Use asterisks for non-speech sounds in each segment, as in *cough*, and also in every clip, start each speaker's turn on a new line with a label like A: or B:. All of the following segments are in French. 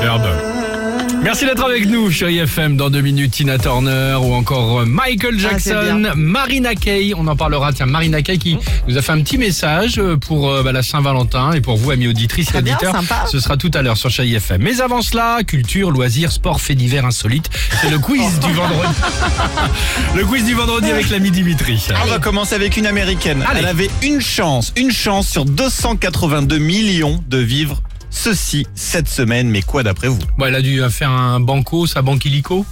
A: merde. Merci d'être avec nous, chérie FM. Dans deux minutes, Tina Turner ou encore euh,
B: Ah,
A: Michael Jackson, Marina Kaye. On en parlera. Tiens, Marina Kaye qui nous a fait un petit message euh, pour euh, bah, la Saint-Valentin et pour vous, amis auditrices et
B: Ah,
C: Très bien,
A: auditeurs.
C: sympa.
A: Ce sera tout à l'heure sur chérie FM. Mais avant cela, culture, loisirs, sport, faits divers insolites. C'est le quiz du vendredi. *laughs* le quiz du vendredi avec l'ami Dimitri.
D: On va commencer avec une américaine.
A: Allez.
D: Elle avait une chance, une chance sur 282 millions de vivre ceci cette semaine. Mais quoi d'après vous
A: Bon, elle a dû euh, faire un banco, sa banquilico.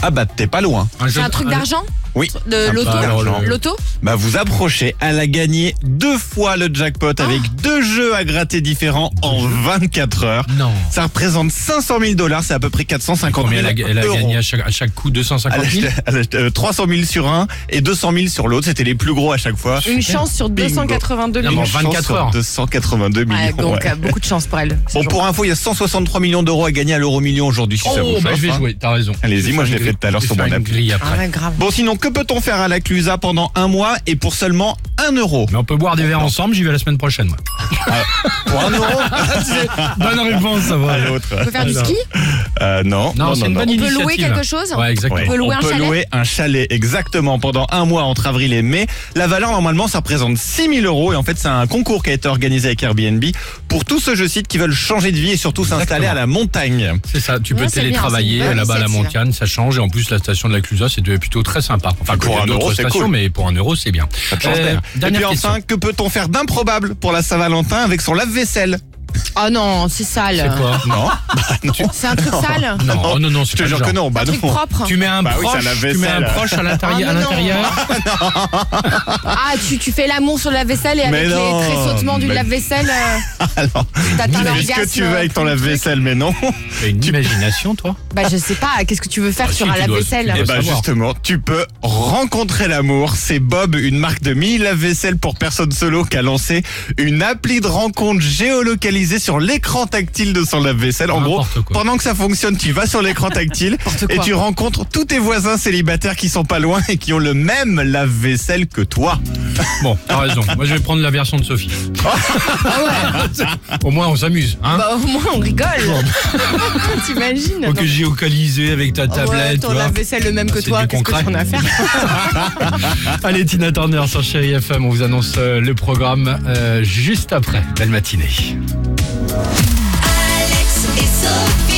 D: Ah bah t'es pas loin.
A: jeu-
B: C'est un truc d'argent
D: Oui.
B: De
D: Ah bah,
B: l'auto
D: d'argent.
B: L'auto
D: Bah vous approchez. Elle a gagné deux fois le jackpot
A: Ah.
D: avec deux jeux à gratter différents en 24 heures.
A: Non.
D: Ça représente 500 000 dollars, c'est à peu près 450
A: Combien
D: 000
A: elle a, elle a
D: euros.
A: gagné à chaque, à chaque coup 250
D: Elle a
A: 000
D: acheté- elle a acheté, euh, 300 000 sur un et 200 000 sur l'autre. C'était les plus gros à chaque fois.
C: Une chance sur
D: Bingo.
C: 282
A: Non,
C: millions.
A: mais en
D: Une chance
A: 24
D: sur
A: heures.
D: 282 millions.
C: Ouais, donc
D: ouais.
C: euh, beaucoup de chance pour elle. ce
D: Bon,
C: jour.
D: pour info, il y a 163 millions d'euros à gagner à l'euro million aujourd'hui, si ça vous
A: Oh, bah
D: chauffe,
A: je vais
D: hein.
A: jouer, t'as raison.
D: Allez-y, moi, je l'ai
A: vais
D: fait tout à l'heure
A: faire
D: sur mon
A: une
D: appli.
A: grille après.
C: Ah ouais, grave.
D: Bon, sinon, que peut-on faire à la Clusa pendant un mois et pour seulement 1 euro
A: Mais on peut boire des verres ensemble, j'y vais la semaine prochaine. Moi.
D: Pour 1 euro
A: Bonne réponse, ça
D: *laughs* À
A: va.
D: l'autre.
B: On peut faire du ski
D: Euh, non,
A: Non, c'est une bonne
B: On peut
A: initiative.
B: louer quelque chose
A: Ouais,
D: Ouais.
A: exactement.
B: On peut louer un chalet
D: louer un chalet, exactement, pendant un mois entre avril et mai. La valeur, normalement, ça représente 6000 euros. Et en fait, c'est un concours qui a été organisé avec Airbnb pour tous ceux, je cite, qui veulent changer de vie et surtout s'installer à la montagne.
A: C'est ça, tu peux
B: Ouais, c'est bien,
A: télétravailler
B: c'est une bonne
A: là-bas à la
B: initiative.
A: montagne, ça change. Et en plus, la station de la Clusa, c'est de- plutôt très sympa. Enfin,
D: Pour
A: qu'il y a
D: un euro,
A: d'autres
D: c'est
A: stations,
D: cool.
A: mais pour un euro, c'est bien.
D: Pas de chance,
A: Euh,
D: d'ailleurs. et
A: dernière
D: puis
A: question.
D: enfin, que peut-on faire d'improbable pour la Saint-Valentin avec son lave-vaisselle
C: Ah non, c'est sale.
A: C'est quoi
D: Non,
C: C'est un truc sale.
A: Non, oh, non, non, c'est
D: je te
A: pas le
D: jure
A: genre.
D: que non. Bah
C: un truc
D: non.
C: propre.
A: Tu mets un
D: Bah oui,
A: proche,
D: c'est à la
A: tu mets un
D: vaisselle.
A: proche à l'intérieur,
C: Ah,
A: à
C: mais non.
A: l'intérieur.
B: Ah, tu, tu fais l'amour sur le lave-vaisselle et
D: Mais
B: avec
D: non,
B: les tressautements du
D: mais-
B: lave-vaisselle, euh,
D: Alors,
B: t'atteins
D: Mais ce
B: l'orgasme.
D: que tu veux avec ton lave-vaisselle, mais non.
A: T'as une imagination, toi
C: Bah je sais pas, qu'est-ce que tu veux faire
A: Ah,
C: sur
A: si,
C: un
A: tu dois-
C: lave-vaisselle
A: tu
D: Et
A: dois-
D: bah
A: savoir.
D: justement, tu peux rencontrer l'amour. C'est Bob, une marque de mini lave-vaisselle pour personnes solo, qui a lancé une appli de rencontre géolocalisée sur l'écran tactile de son lave-vaisselle. En gros,
A: N'importe quoi.
D: pendant que ça fonctionne, tu vas sur l'écran tactile et
C: quoi.
D: tu rencontres tous tes voisins célibataires qui sont pas loin et qui ont le même lave-vaisselle que toi.
A: Bon, t'as raison. Moi, je vais prendre la version de Sophie. Au moins, on s'amuse, hein
C: Ah Bah au moins
A: *laughs*
C: on rigole. T'imagines
A: Faut que j'ai localisé avec ta
C: Non. Ah Ouais,
A: tablette.
C: ton
A: tu vois.
C: lave-vaisselle le même
A: Ah,
C: que
A: c'est
C: toi,
A: du
C: qu'est-ce que
A: concret.
C: t'en as à faire
A: Allez, Tina Turner sur Chéri FM. On vous annonce euh, le programme euh, juste après. Belle matinée.
E: Alex et Sophie.